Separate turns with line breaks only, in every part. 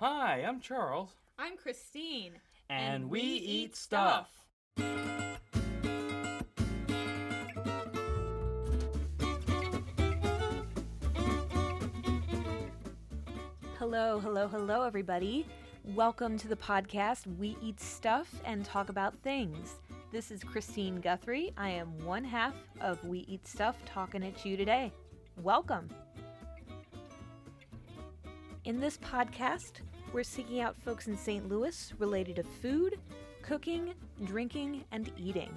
Hi, I'm Charles.
I'm Christine.
And we eat stuff.
Hello, hello, hello, everybody. Welcome to the podcast We Eat Stuff and Talk About Things. This is Christine Guthrie. I am one half of We Eat Stuff talking at you today. Welcome. In this podcast, we're seeking out folks in St. Louis related to food, cooking, drinking, and eating.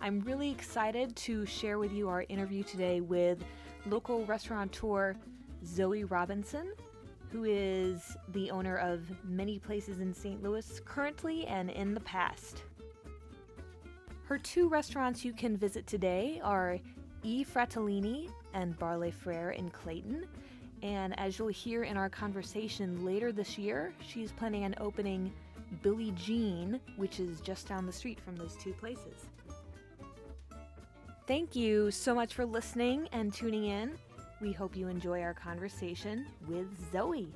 I'm really excited to share with you our interview today with local restaurateur Zoe Robinson, who is the owner of many places in St. Louis currently and in the past. Her two restaurants you can visit today are E Fratellini and Barley Frere in Clayton. And as you'll hear in our conversation later this year, she's planning on opening Billie Jean, which is just down the street from those two places. Thank you so much for listening and tuning in. We hope you enjoy our conversation with Zoe.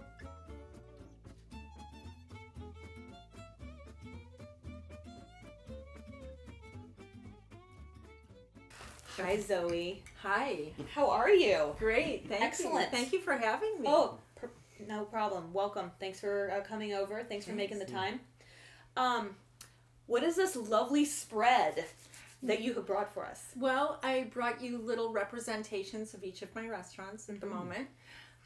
Hi, Zoe.
Hi.
How are you?
Great. Thank
Excellent.
You. Thank you for having me.
Oh, per- no problem. Welcome. Thanks for uh, coming over. Thanks for making the time. Um, what is this lovely spread that you have brought for us?
Well, I brought you little representations of each of my restaurants at the moment.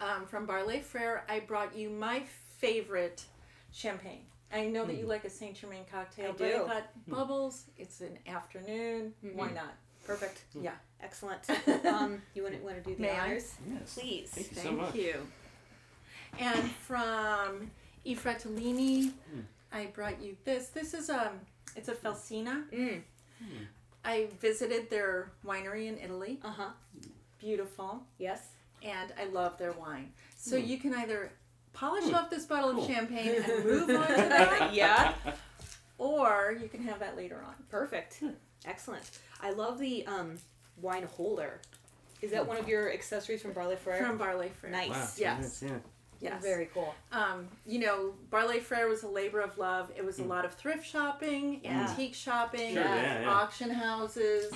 Um, from Barley Frere, I brought you my favorite champagne. I know that you like a Saint Germain cocktail,
I
but Mm. I Mm.
do.
thought bubbles. It's an afternoon. Why not?
Perfect.
Yeah.
Hmm. Excellent. Um, you want to want to do the
May I?
honors?
Yes.
Please.
Thank you so
Thank
much.
you. And from E Fratellini,
Mm.
I brought you this. This is um, it's a Felsina.
Mm.
I visited their winery in Italy.
Uh huh.
Beautiful.
Yes.
And I love their wine. So you can either polish off this bottle of
Cool.
champagne and move on to that,
yeah.
or you can have that later on.
Perfect.
Hmm.
Excellent. I love the um, wine holder. Is that one of your accessories from Barley Frere?
Hmm. From Barley Frere.
Nice.
Wow,
Yes.
Yeah.
Yes.
Very cool.
Um, you know, Barley Frere was a labor of love. It was a lot of thrift shopping,
Yeah.
antique shopping,
Sure, yeah, yeah.
auction houses,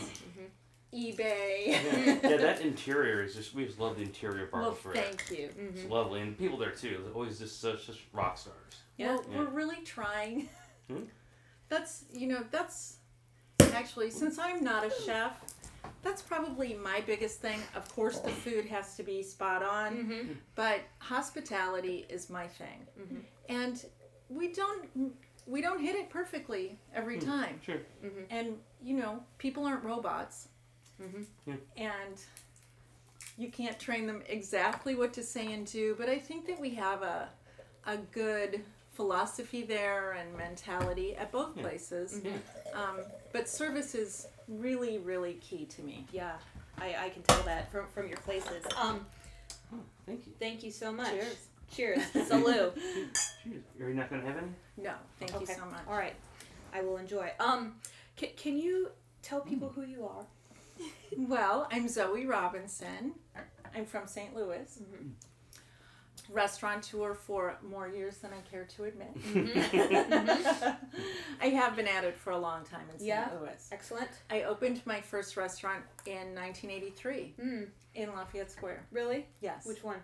eBay.
yeah, Yeah, that interior is just we just love the interior of Barber
well,
Frere.
thank you.
Mm-hmm.
It's lovely, and people there too. They're always just such just rock stars.
Yeah.
Well, we're really trying.
Hmm?
That's you know that's actually since I'm not a chef, that's probably my biggest thing. Of course, the food has to be spot on,
Mm-hmm.
but hospitality is my thing,
Mm-hmm.
and we don't we don't hit it perfectly every time.
Hmm. Sure.
Mm-hmm.
And you know, people aren't robots,
Yeah.
and you can't train them exactly what to say and do. But I think that we have a a good philosophy there and mentality at both
Yeah.
places.
Mm-hmm.
Yeah.
Um, but service is really, really key to me.
Yeah. I, I can tell that from from your places. Um,
Oh, thank you.
thank you so much.
Cheers.
Cheers. Salute.
Cheers. Are you not gonna have any?
No, thank you
Okay.
so much.
All right, I will enjoy. Um, can, can you tell people who you are?
Well, I'm Zoe Robinson. I'm from St. Louis. Restaurateur for more years than I care to admit.
Mm-hmm.
I have been at it for a long time in St.
Yeah.
Louis.
Excellent.
I opened my first restaurant in 1983
Hmm.
in Lafayette Square.
Really?
Yes.
Which one?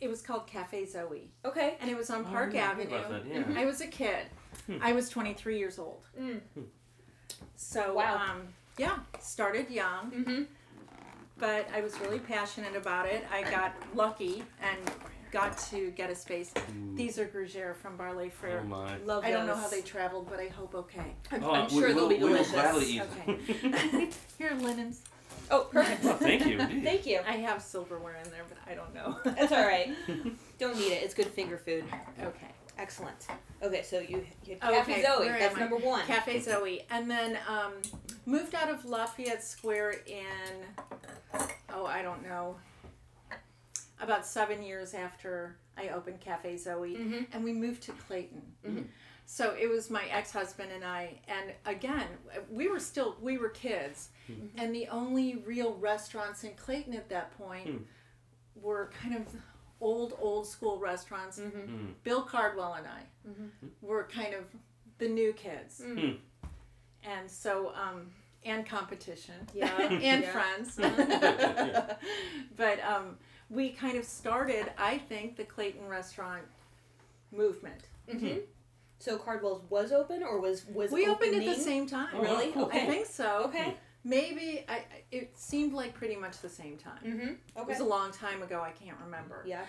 it was called Cafe Zoe.
Okay.
And it was on
Oh, I
Park
didn't
Avenue.
think about that, yeah.
I was a kid. I was 23 years old.
Mm.
So,
Wow.
um, yeah, started young,
Mhm.
but I was really passionate about it. I got lucky and got to get a space. These are Gruyere from Barley Frere.
Oh my.
Love.
I don't know
those.
how they traveled, but I hope okay.
I'm,
Oh,
I'm
we-
sure they'll
we'll-
be
we will
delicious.
gladly eat
Okay. Here, linens.
Oh, perfect.
Oh, thank you. Jeez.
Thank you.
I have silverware in there, but I don't know.
That's all right. Don't need it. It's good finger food.
okay.
Excellent. Okay, so you, you had
Oh,
Cafe
Okay,
Zoe.
where
That's
am I?
number one.
Cafe Zoe, and then um, moved out of Lafayette Square in oh I don't know about seven years after I opened Cafe Zoe,
Mhm.
and we moved to Clayton.
Mm-hmm.
So it was my ex husband and I, and again we were still we were kids,
Mm-hmm. Hmm.
and the only real restaurants in Clayton at that point were kind of old, old school restaurants.
Mm-hmm.
Hmm.
Bill Cardwell and I were kind of the new kids.
Mm-hmm.
Mm.
And so, um, and competition.
Yeah,
and
yeah.
friends.
Mhm.
but um, we kind of started, I think, the Clayton restaurant movement.
hmm So Cardwell's was open or was was
we opened at
opening?
the same time.
Oh,
Really?
cool.
I think so.
Okay.
Maybe I, I- it seemed like pretty much the same time.
Mm-hmm.
It
Okay.
was a long time ago. I can't remember.
yeah.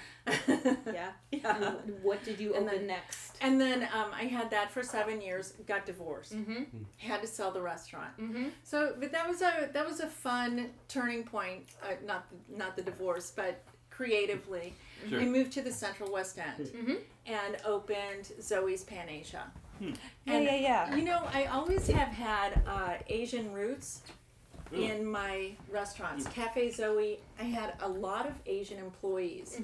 Yeah.
yeah.
And what did you
And
open
then-
next?
And then um, I had that for seven years. Got divorced.
Mm-hmm.
Had to sell the restaurant.
Mm-hmm.
So, but that was a that was a fun turning point. Uh, not the, not the divorce, but creatively,
Sure.
I moved to the Central West End
Mhm.
and opened Zoe's Pan Asia.
Yeah, yeah, yeah.
You know, I always have had uh, Asian roots in my restaurants. Cafe Zoe, I had a lot of Asian employees.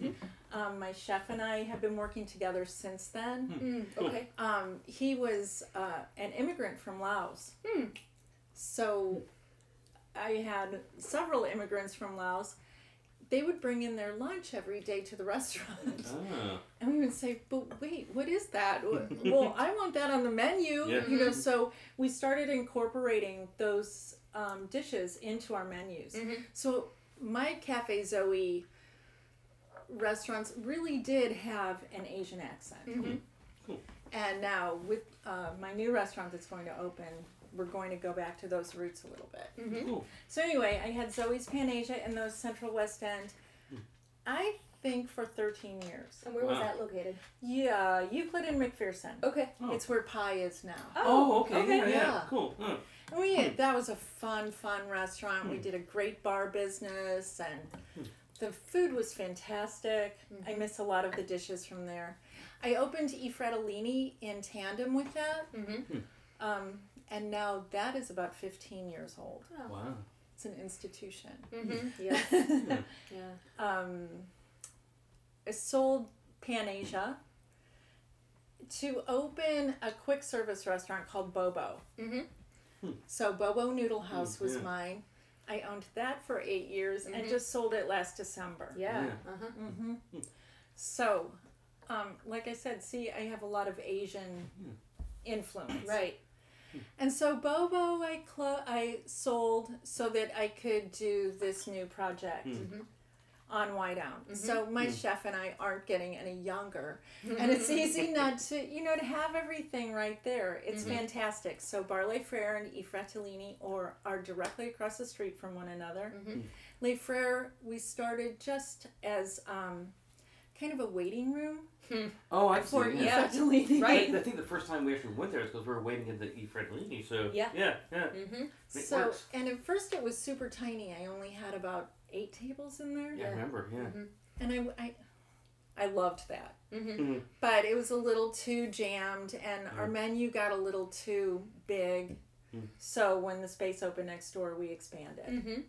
Um, my chef and I have been working together since then.
Okay.
Um, he was uh, an immigrant from Laos.
Hmm.
So I had several immigrants from Laos. They would bring in their lunch every day to the restaurant.
Ah.
And we would say, but wait, what is that? well, I want that on the menu.
Yeah.
You know, so we started incorporating those um, dishes into our menus.
Mhm.
So my Cafe Zoe restaurants really did have an Asian accent.
Mhm.
Cool.
And now with uh, my new restaurant that's going to open, we're going to go back to those roots a little bit.
Mm-hmm.
Cool.
So anyway, I had Zoe's Pan Asia and those Central West End. I think for 13 years.
And where was
Wow.
that located?
Yeah, Euclid and McPherson.
Okay.
Oh.
It's where Pie is now.
Oh, okay.
okay.
Yeah, yeah.
Yeah.
Cool. Uh,
And we that was a fun, fun restaurant. We did a great bar business, and the food was fantastic. I miss a lot of the dishes from there. I opened E Fratellini in tandem with that,
Mhm.
um, and now that is about 15 years old.
Oh.
wow.
It's an institution.
Mm-hmm. Yeah. Yeah.
um, I sold Pan Asia to open a quick service restaurant called Bobo.
Mhm.
So Bobo Noodle House was
yeah.
mine. I owned that for eight years and just sold it last December.
Yeah.
Yeah.
Uh-huh.
hmm So, um, like I said, see, I have a lot of Asian influence.
Right.
And so Bobo, I clo- I sold so that I could do this new project on Whiteout. So my chef and I aren't getting any younger,
Mm-hmm.
and it's
Mm-hmm.
easy not to, you know, to have everything right there. It's
Mm-hmm.
fantastic. So Bar Frere and E Fratellini or are directly across the street from one another.
Mm-hmm.
Le Frere, we started just as um, kind of a waiting room
Oh, I've
for
seen
E
that.
yeah.
Fratellini.
I
Right.
think- I think the first time we actually went there is because we were waiting in the E. Fred Lini, so
Yeah.
yeah, yeah.
Mm-hmm.
It
So,
works.
and at first it was super tiny. I only had about eight tables in there.
Yeah, I remember, yeah.
And I, I, I loved that.
Mhm.
Mhm.
But it was a little too jammed, and
Mm-hmm.
our menu got a little too big. So when the space opened next door, we expanded.
Mm-hmm.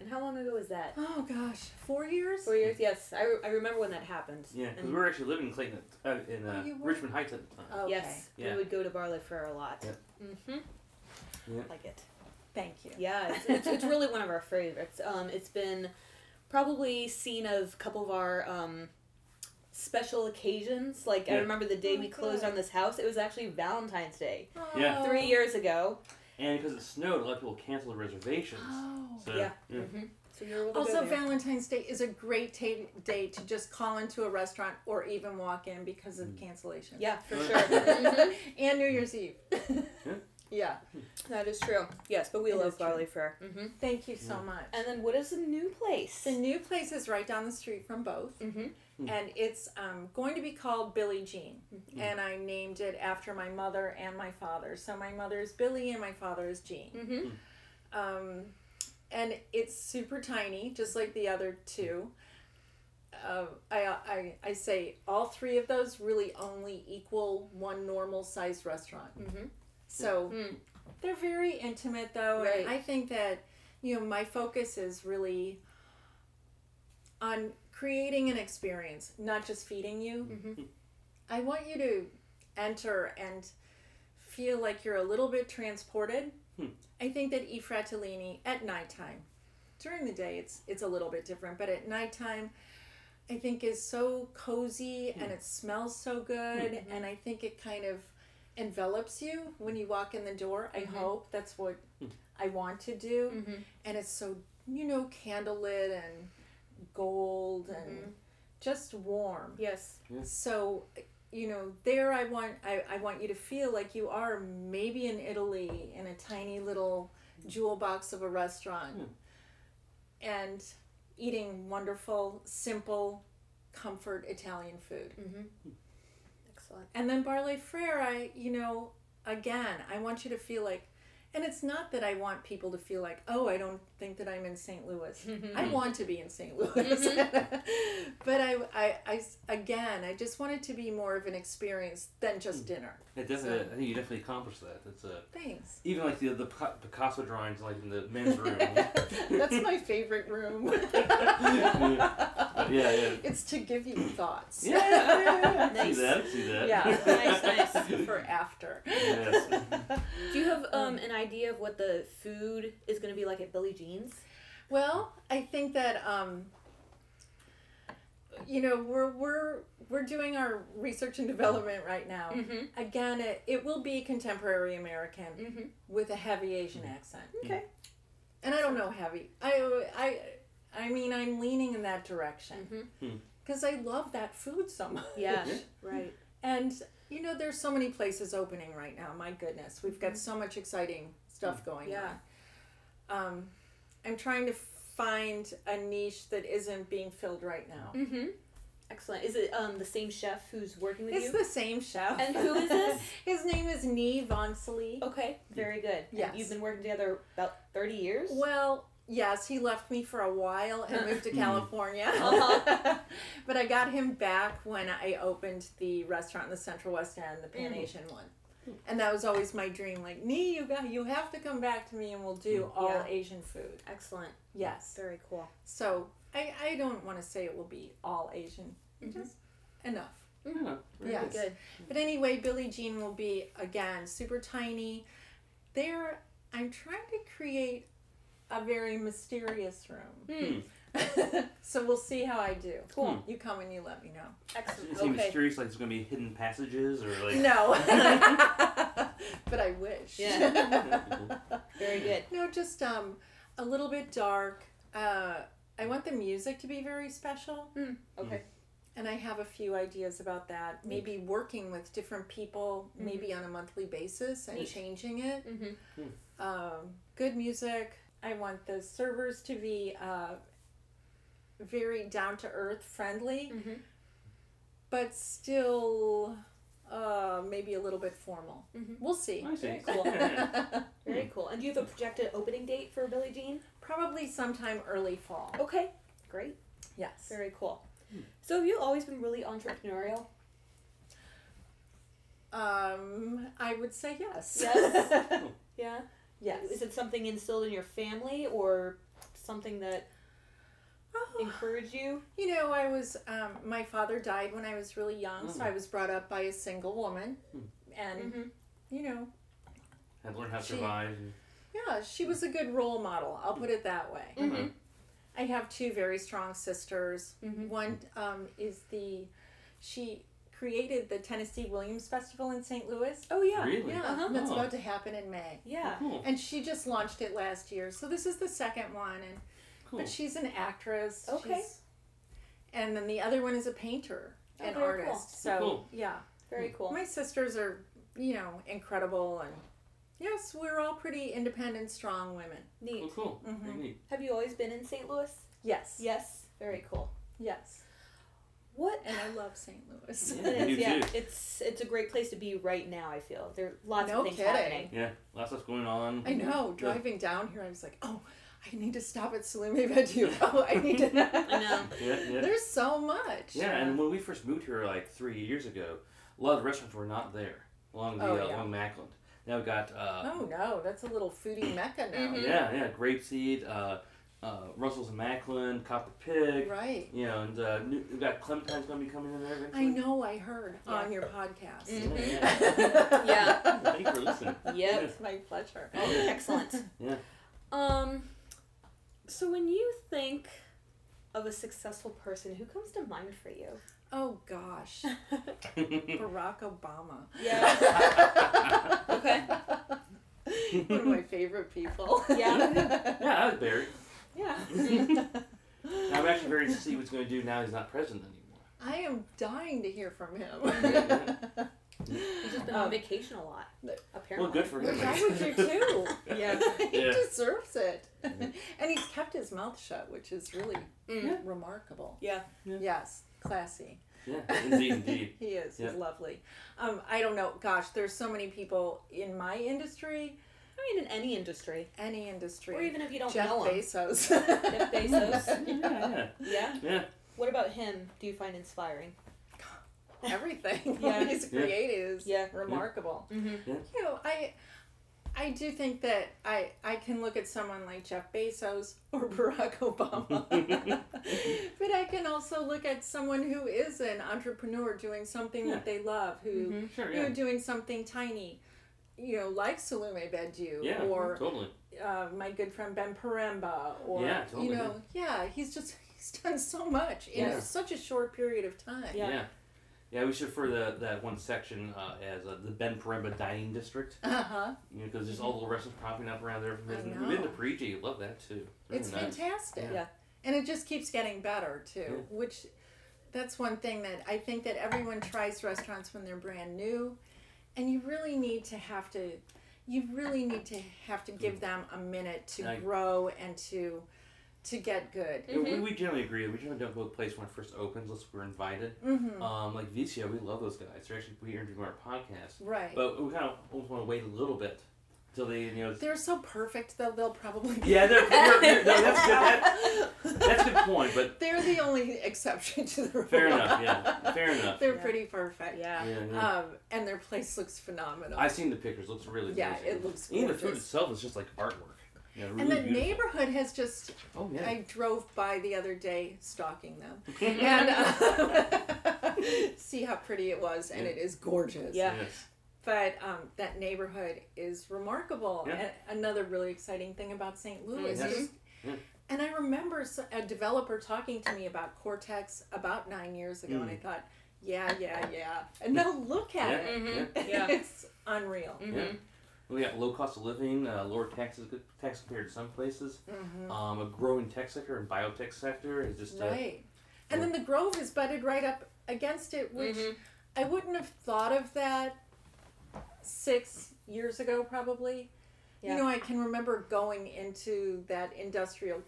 And how long ago was that?
Oh gosh, four years?
Four years. Yes, I, re- I remember when that happened.
Yeah, because
And-
we were actually living in Clayton, at, uh, in uh,
Oh, you were?
Richmond Heights at the time.
Oh,
Okay.
Yes,
Yeah.
we would go to Barley Fair a lot.
Yep.
Mm-hmm.
Yep.
Like it.
Thank you.
Yeah, it's, it's, it's really one of our favorites. Um, it's been probably seen of a couple of our um, special occasions. Like I
Yeah.
remember the day
Oh,
we closed
good.
on this house. It was actually Valentine's Day
Yeah.
Oh.
three years ago.
And because it snowed, a lot of people canceled reservations.
Oh.
So,
Yeah.
yeah.
Mm-hmm. So you were able to
Also,
go there.
Valentine's Day is a great ta day to just call into a restaurant or even walk in because
Mm.
of cancellations.
yeah, for
Yeah.
sure. Mhm.
and New Year's Eve. yeah.
That is true. Yes, but we
It is
love
true.
Barley Fair. Mm-hmm.
Thank you so much.
And then what is the new place?
The new place is right down the street from both,
Mhm.
and it's um, going to be called Billie Jean. And I named it after my mother and my father. So my mother is Billie and my father is Jean.
Mhm.
Um, and it's super tiny, just like the other two. Uh, I, I, I say all three of those really only equal one normal sized restaurant.
Mhm.
So
Mm.
they're very intimate though.
Right.
And I think that, you know, my focus is really on creating an experience, not just feeding you. I want you to enter and feel like you're a little bit transported. I think that E Fratellini at nighttime, during the day it's it's a little bit different, but at nighttime, I think is so cozy and it smells so good and I think it kind of envelops you when you walk in the door. I hope that's what I want to do.
Mm. Mm-hmm.
And it's so you know candlelit and gold and just warm.
Yes.
So you know there I want I, I want you to feel like you are maybe in Italy in a tiny little jewel box of a restaurant and eating wonderful, simple, comfort Italian food.
Excellent.
And then Barley Frere, I, you know, again, I want you to feel like, and it's not that I want people to feel like, oh, I don't think that I'm in St. Louis. I want to be in St. Louis. but I, I, I s- again, I just want it to be more of an experience than just dinner.
It definitely, I think you definitely accomplished that. It's a
Thanks.
even like the the Pica- Picasso drawings, like in the men's room.
That's my favorite room.
yeah, yeah.
it's to give you thoughts.
Yeah, yeah, yeah, yeah. I
Nice.
See that? I See that?
Yeah,
Nice,
nice. For after.
yes.
Do you have um, an idea of what the food is going to be like at Billie Jean's?
Well, I think that um, you know we're we're we're doing our research and development right now.
Mm-hmm.
Again, it, it will be contemporary American
Mhm.
with a heavy Asian accent.
Mm-hmm. Okay.
And I don't know heavy. I I I mean I'm leaning in that direction
Mhm.
because I love that food so much.
Mm-hmm. Yeah. right.
And you know, there's so many places opening right now. My goodness, we've got so much exciting stuff going
Mm-hmm. Yeah.
on. Um, I'm trying to find a niche that isn't being filled right now.
Mm-hmm. Excellent. Is it um, the same chef who's working with
It's
you?
the same chef.
And who is this? Oh,
His name is Nee Vonsely.
Okay, very good. And
Yes.
You've been working together about 30 years?
Well, yes, he left me for a while and moved to California.
Mm. Uh-huh.
but I got him back when I opened the restaurant in the Central West End, the
Mm.
Pan Asian one. And that was always my dream. Like, Nee, you got you have to come back to me and we'll do all
Mm. Yeah.
Asian food.
Excellent.
Yes.
Very cool.
So I, I don't want to say it will be all Asian. Just enough.
Yeah, very
Yes.
good.
Good.
But anyway, Billie Jean will be again super tiny. There, I'm trying to create a very mysterious
Hmm.
Hmm.
room. so we'll see how I do. Cool. You come and you let me know.
Excellent.
Is he
Okay.
mysterious? Like there's gonna be hidden passages or like?
No, but I wish.
Yeah. Very good.
No, just um, a little bit dark. Uh, I want the music to be very special.
Okay.
And I have a few ideas about that.
Mm.
Maybe working with different people,
Mm-hmm.
maybe on a monthly basis and changing it.
Mhm.
Um, good music. I want the servers to be uh, very down to earth friendly,
Mhm.
but still uh, maybe a little bit formal.
Mhm.
We'll see.
I see.
Very cool.
Yeah.
Very cool. And do you have a projected opening date for Billie Jean?
Probably sometime early fall.
Okay. Great.
Yes.
Very cool. So have you always been really entrepreneurial?
Um, I would say yes.
Yes. yeah.
yes.
Is it something instilled in your family or something that
Oh.
encouraged you?
You know, I was, um, my father died when I was really young, so I
Mm.
was brought up by a single woman.
Hmm.
And,
Mhm.
you know,
And learn how to
She-
survive. And,
yeah, she was a good role model. I'll put it that way.
Mhm.
I have two very strong sisters.
Mhm.
One um, is the, she created the Tennessee Williams Festival in St. Louis.
Oh yeah.
Really?
Yeah,
Uh-huh.
that's
Oh.
about to happen in May.
Yeah.
Cool.
And she just launched it last year. So this is the second one. And
Cool.
But she's an actress.
Okay.
She's- and then the other one is a painter,
Oh, very
an
cool.
artist. So
Cool.
yeah,
Very cool.
my sisters are you know incredible, and yes, we're all pretty independent, strong women.
Cool.
Neat.
cool.
Mm-hmm.
Very neat.
Have you always been in St. Louis?
Yes.
Yes. Very cool.
Yes.
What?
And I love St. Louis.
Yeah.
It
you
is, yeah.
too.
It's it's a great place to be right now. I feel there are lots
No
of things
kidding.
happening.
Yeah, lots of stuff going on.
I know.
Yeah.
Driving down here, I was like, oh, I need to stop at Salumi Veduto. I need to.
I know.
Yeah, yeah.
There's so much.
Yeah, and when we first moved here like three years ago, a lot of the restaurants were not there along the
Oh,
uh,
yeah.
along Mackland. Now we got uh,
Oh no, that's a little foodie mecca now.
yeah yeah grapeseed, uh, uh, Russell's and Macklin, Copper Pig,
Right.
you know, and uh, new, we got Clementine's gonna be coming in there.
I
Eventually.
know. I heard on your podcast.
Yeah,
Yeah.
yeah. Thank you for listening.
Yep.
It's my pleasure.
Excellent.
Yeah.
Um. So when you think of a successful person who comes to mind for you?
Oh gosh, Barack Obama.
Yeah. okay.
One of my favorite people.
Yeah.
Yeah, I was Barry.
Yeah.
I'm actually very interested to see what's going to do now he's not president anymore.
I am dying to hear from him.
He's just been
Um,
on vacation a lot. Apparently.
Well, good for him.
Which I would do too.
yeah, he
Yeah.
deserves it. and he's kept his mouth shut, which is really
Mm.
remarkable.
Yeah.
Yeah.
Yes, classy.
Yeah, indeed, indeed.
he is.
Yeah.
He's lovely. Um, I don't know. Gosh, there's so many people in my industry,
I mean, in any industry,
any industry.
or even if you don't
Jeff
know him.
Bezos.
Jeff Bezos.
Yeah,
Yeah.
yeah.
What about him? Do you find inspiring?
Everything
Yeah.
yeah. he's
Yeah.
created is
Yeah.
remarkable.
Mm-hmm.
You know, I I do think that I I can look at someone like Jeff Bezos or
Mm-hmm.
Barack Obama. but I can also look at someone who is an entrepreneur doing something that they love, who
Mm-hmm.
Sure,
you know,
yeah.
doing something tiny. You know, like Salome Bedju
Yeah,
or
totally.
uh, my good friend Ben Paremba, or
Yeah, totally.
you know, yeah, he's just he's done so much in
Yeah.
such a short period of time.
Yeah.
Yeah. yeah. we should refer to that one section uh, as uh, the Ben Paremba Dining District,
Uh huh.
you know, because there's all the little restaurants popping up around there.
Mm-hmm. I
We've been-
know.
We've been to Parigi, you love that too. Really
It's
nice.
fantastic.
Yeah.
Yeah.
And it just keeps getting better too,
Yeah.
which that's one thing that I think that everyone tries restaurants when they're brand new, and you really need to have to, you really need to have to give them a minute to
Mm. I-
grow and to, to get good.
Yeah, we, we generally agree. We generally don't go to a place when it first opens unless we're invited.
Mm-hmm.
Um, like Vicia, we love those guys. They're actually we interviewed them on our podcast,
Right.
but we kind of almost want to wait a little bit till they, you know.
They're so perfect though; they'll probably. Be
Yeah, they're, they're, they're- no, that's good. That, that's a good point, but
They're the only exception to the rule.
Fair enough, yeah. Fair enough. Mm-hmm.
They're
Yeah.
pretty perfect.
Yeah.
Yeah, yeah.
Um, and their place looks phenomenal.
I've seen the pictures. Looks really
Yeah,
amazing.
it looks
Even the food
gorgeous.
itself is just like artwork. Yeah, really
and the
beautiful.
neighborhood has just.
Oh yeah.
I drove by the other day stalking them and uh, see how pretty it was, and
Yeah.
it is gorgeous.
Yeah.
Yes.
But um, that neighborhood is remarkable.
Yeah.
And another really exciting thing about St. Louis
Mhm.
is.
Yeah.
And I remember s- a developer talking to me about Cortex about nine years ago, and I thought, yeah, yeah, yeah. And now look at
Mm. Yeah. Mm.
it.
yeah.
Yeah.
it's unreal.
Mm-hmm.
Yeah. We got low cost of living, uh, lower taxes, good tax compared to some places. Um, a growing tech sector and biotech sector is just uh,
Mm-hmm. Right. And then the Grove is butted right up against it,
Mm-hmm.
which
Mhm.
I wouldn't have thought of that six years ago, probably.
Yeah.
You know, I can remember going into that industrial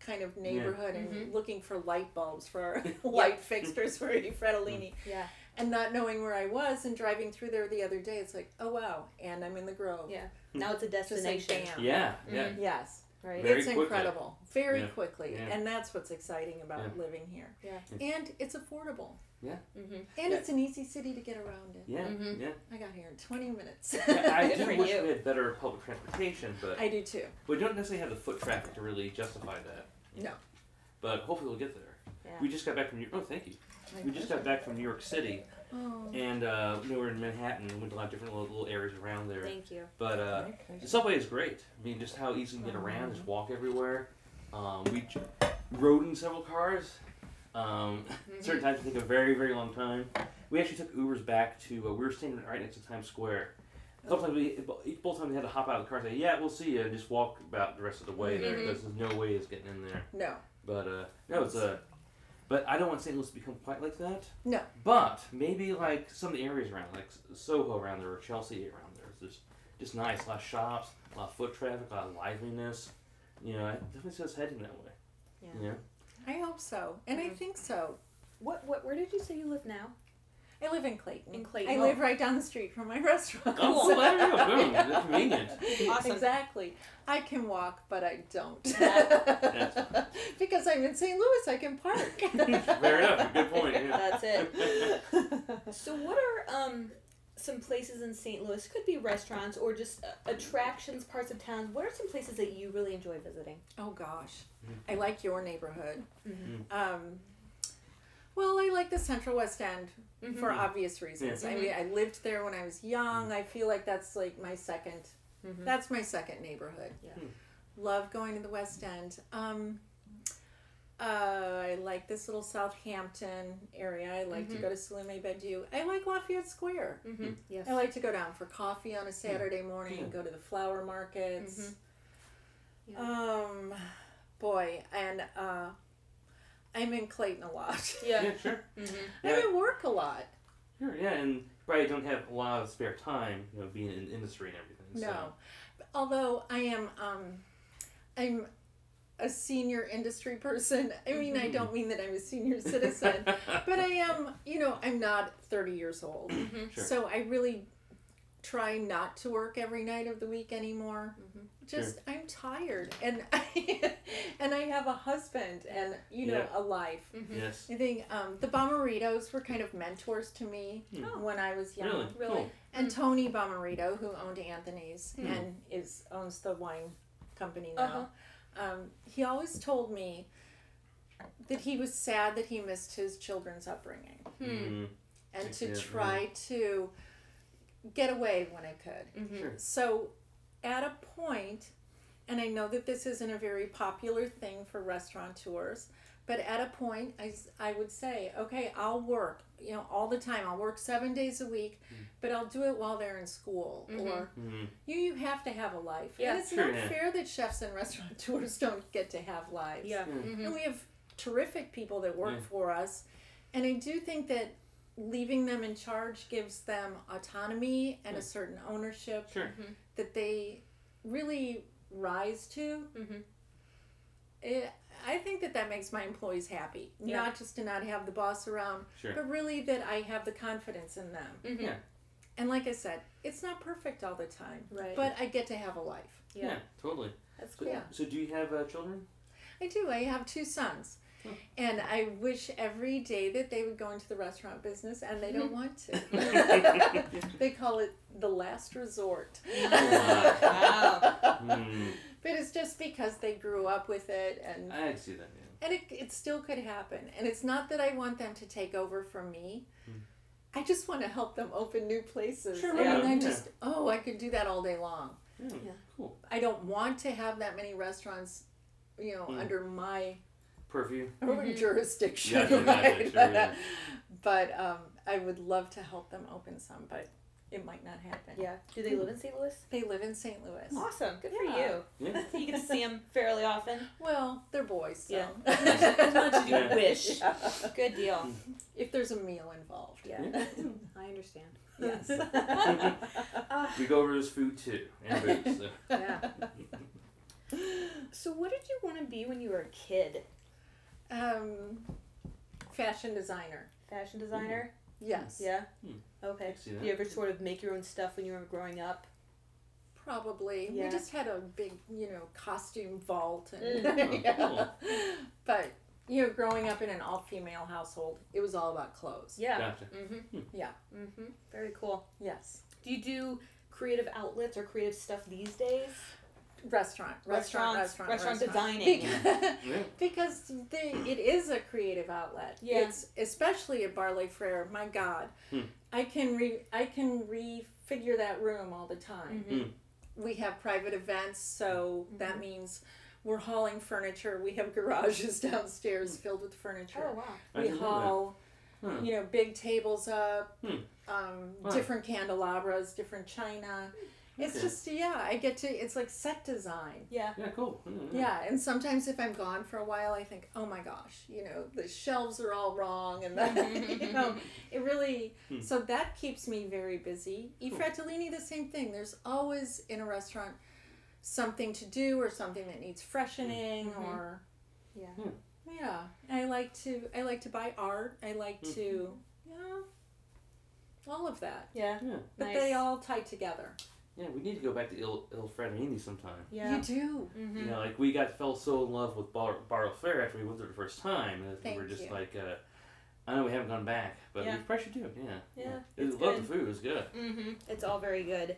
kind of neighborhood and
Mm-hmm.
looking for light bulbs for our light fixtures for Eddie Fredellini
Mm.
Yeah.
and not knowing where I was and driving through there the other day. It's like, oh wow, and I'm in the Grove.
Yeah. Now it's a
Just like,
destination.
bam.
yeah, yeah.
Mhm.
Yes.
Right.
Very
it's
quickly.
incredible very
Yeah.
quickly
Yeah.
and that's what's exciting about living here
Yeah.
and it's affordable
Mm-hmm.
and
Yeah.
it's an easy city to get around in
Yeah,
Mhm.
yeah.
i got here in 20 minutes
yeah. I
Good
do
for
wish
you.
we had better public transportation, but
I do too
we don't necessarily have the foot traffic to really justify that.
No.
But hopefully we'll get there.
Yeah.
We just got back from New. Oh, thank you.
My
We just got back from New York City,
oh.
and uh, you know, we were in Manhattan and went to a lot of different little, little areas around there.
Thank you.
But uh, the subway is great. I mean, just how easy you can get around, just walk everywhere. Um, we j- rode in several cars. Um, Certain times it take a very, very long time. We actually took Ubers back to, uh, we were staying right next to Times Square. Sometimes we, each- both times we had to hop out of the car and say, yeah, we'll see you, and just walk about the rest of the way there
Mhm.
because there's no way it's getting in there.
no
But uh, no, it's a. But I don't want St. Louis to become quite like that.
No.
But maybe like some of the areas around, like Soho around there or Chelsea around there, it's just just nice. A lot of shops, a lot of foot traffic, a lot of liveliness. You know, I definitely see us heading that way.
Yeah.
You know?
i hope so and
Mm-hmm.
i think so
What? What? Where did you say you live now?
i live in clayton
In Clayton.
i live right down the street from my restaurant
Oh, well, there you go. Boom. That's convenient.
Awesome.
Exactly. I can walk, but I don't.
That's-
because I'm in St. Louis, I can park.
Fair enough. Good point. Oh, Yeah.
That's it. So, what are um some places in St. Louis? Could be restaurants or just uh, attractions, parts of towns. What are some places that you really enjoy visiting?
Oh gosh, I like your neighborhood.
Mm-hmm.
Um, well, I like the Central West End
Mm-hmm.
for obvious reasons. I mean, I lived there when I was young. I feel like that's like my 2nd That's my second neighborhood.
Yeah.
Love going to the West End. Um, uh, I like this little Southampton area. I like to
Mhm.
go to Salome Badu. I like Lafayette Square.
Mm-hmm. Yes.
I like to go down for coffee on a Saturday morning and go to the flower markets.
Yeah.
Um, boy, and uh, I'm in Clayton a lot.
yeah.
Yeah, sure.
Mm-hmm.
Yeah,
I'm at work a lot.
sure. Yeah, and you probably don't have a lot of spare time, you know, being in industry and everything.
No, although I am, um, I'm a senior industry person. I mean,
Mm-hmm.
I don't mean that I'm a senior
So.
citizen, but I am. You know, I'm not 30 years old.
Mm-hmm.
Sure.
So I really try not to work every night of the week anymore.
Mhm.
Just I'm tired, and and I have a husband, and you know a
Yeah.
life.
Mm-hmm.
yes.
I think um, the Bomberitos were kind of mentors to me
Hmm.
Oh.
when I was young.
Really?
Really?
Cool.
And Tony Bomarito, who owned Anthony's
Hmm.
and is owns the wine company
Uh-huh.
now, um, he always told me that he was sad that he missed his children's upbringing
Hmm.
Mm,
and
Yeah,
to
yeah.
try to get away when I could.
Mm-hmm.
Sure.
So, at a point, and I know that this isn't a very popular thing for restaurateurs, but at a point, I, s- I would say, okay, I'll work, you know, all the time. I'll work seven days a week, but I'll do it while they're in school.
Mhm.
Or
Mm,
you, you have to have a life.
Yeah,
and it's
sure,
not
yeah.
fair that chefs and restaurateurs don't get to have lives.
Yeah.
Mm.
Mm-hmm.
And we have terrific people that work
Yeah.
for us. And I do think that leaving them in charge gives them autonomy and a
Yeah.
certain ownership
sure.
that they really rise to.
Mhm.
It, I think that that makes my employees happy.
Yeah.
Not just to not have the boss around,
Sure.
but really that I have the confidence in them.
Mhm.
Yeah.
And like I said, it's not perfect all the time,
Right.
but I get to have a life.
Yeah. Totally.
That's
So,
cool.
Yeah.
so do you have uh, children?
I do. I have two sons.
Hmm.
And I wish every day that they would go into the restaurant business, and they don't want to.
mm,
they call it the last resort.
Oh,
Wow.
But it's just because they grew up with it, and
Hmm, I see that. Yeah.
and it, it still could happen. And it's not that I want them to take over from me.
Hmm.
I just want to help them open new places.
Sure,
and
yeah,
I
yeah.
just oh, I could do that all day long.
Mm,
Yeah.
Cool.
I don't want to have that many restaurants, you know,
Hmm.
under my Mm-hmm.
Perfume.
Mhm.
jurisdiction.
Yeah, yeah, yeah,
right?
sure, yeah.
But um, I would love to help them open some, but it might not happen.
Yeah. Do they live in St. Louis?
They live in St. Louis.
Awesome. Good
Yeah.
for you.
Yeah.
you get to see them fairly often.
Well, they're boys, so.
Yeah. As much as you
Yeah.
wish.
Yeah.
Good deal.
If there's a meal involved.
Yeah. I understand.
Yes.
We go over his food too, and booze. So.
Yeah. So, what did you want to be when you were a kid?
um, fashion designer.
Fashion designer?
Yes.
Yeah.
Hmm.
Okay.
I see that.
Do you ever sort of make your own stuff when you were growing up?
Probably.
Yeah.
We just had a big, you know, costume vault. And,
Mm.
yeah.
Oh,
But, you know, growing up in an all female household, it was all about clothes.
Yeah.
Gotcha.
Mm-hmm.
Hmm.
Yeah.
Mm-hmm. Very cool.
Yes.
Do you do creative outlets or creative stuff these days?
Restaurant. Restaurant, restaurant,
Restaurants, restaurant designing.
Because,
Yeah.
because they, it is a creative outlet.
Yeah.
It's especially at Barley Frere. My God,
Hmm.
I can re I can refigure that room all the time.
Mhm.
We have private events, so that means we're hauling furniture. We have garages downstairs filled with furniture.
Oh wow.
I
we
didn't know that.
haul,
Huh.
you know, big tables up,
Hmm.
um,
Wow.
different candelabras, different china. It's
Okay.
just yeah, I get to. It's like set design.
Yeah.
Yeah. Cool. Mm,
Yeah, and sometimes if I'm gone for a while, I think, oh my gosh, you know, the shelves are all wrong, and the, you
Oh,
know, it really.
Hmm.
So that keeps me very busy. E Fratellini, the same thing. There's always in a restaurant something to do or something that needs freshening
Mhm.
or.
Yeah.
Hmm.
Yeah, I like to. I like to buy art. I like to. Yeah. All of that,
Yeah.
Yeah.
but
Nice.
they all tie together.
Yeah. We need to go back to Il Il Fratellini sometime.
Yeah.
You do.
Mm-hmm.
You know, like we got fell so in love with Bar- Barrel Fair after we went there the first time, and we were
Thank
just
you.
like, uh, I know we haven't gone back, but
Yeah.
we probably should do it. Yeah.
Yeah,
We
it's
loved
good.
the food. It was good.
Mm-hmm. It's all very good.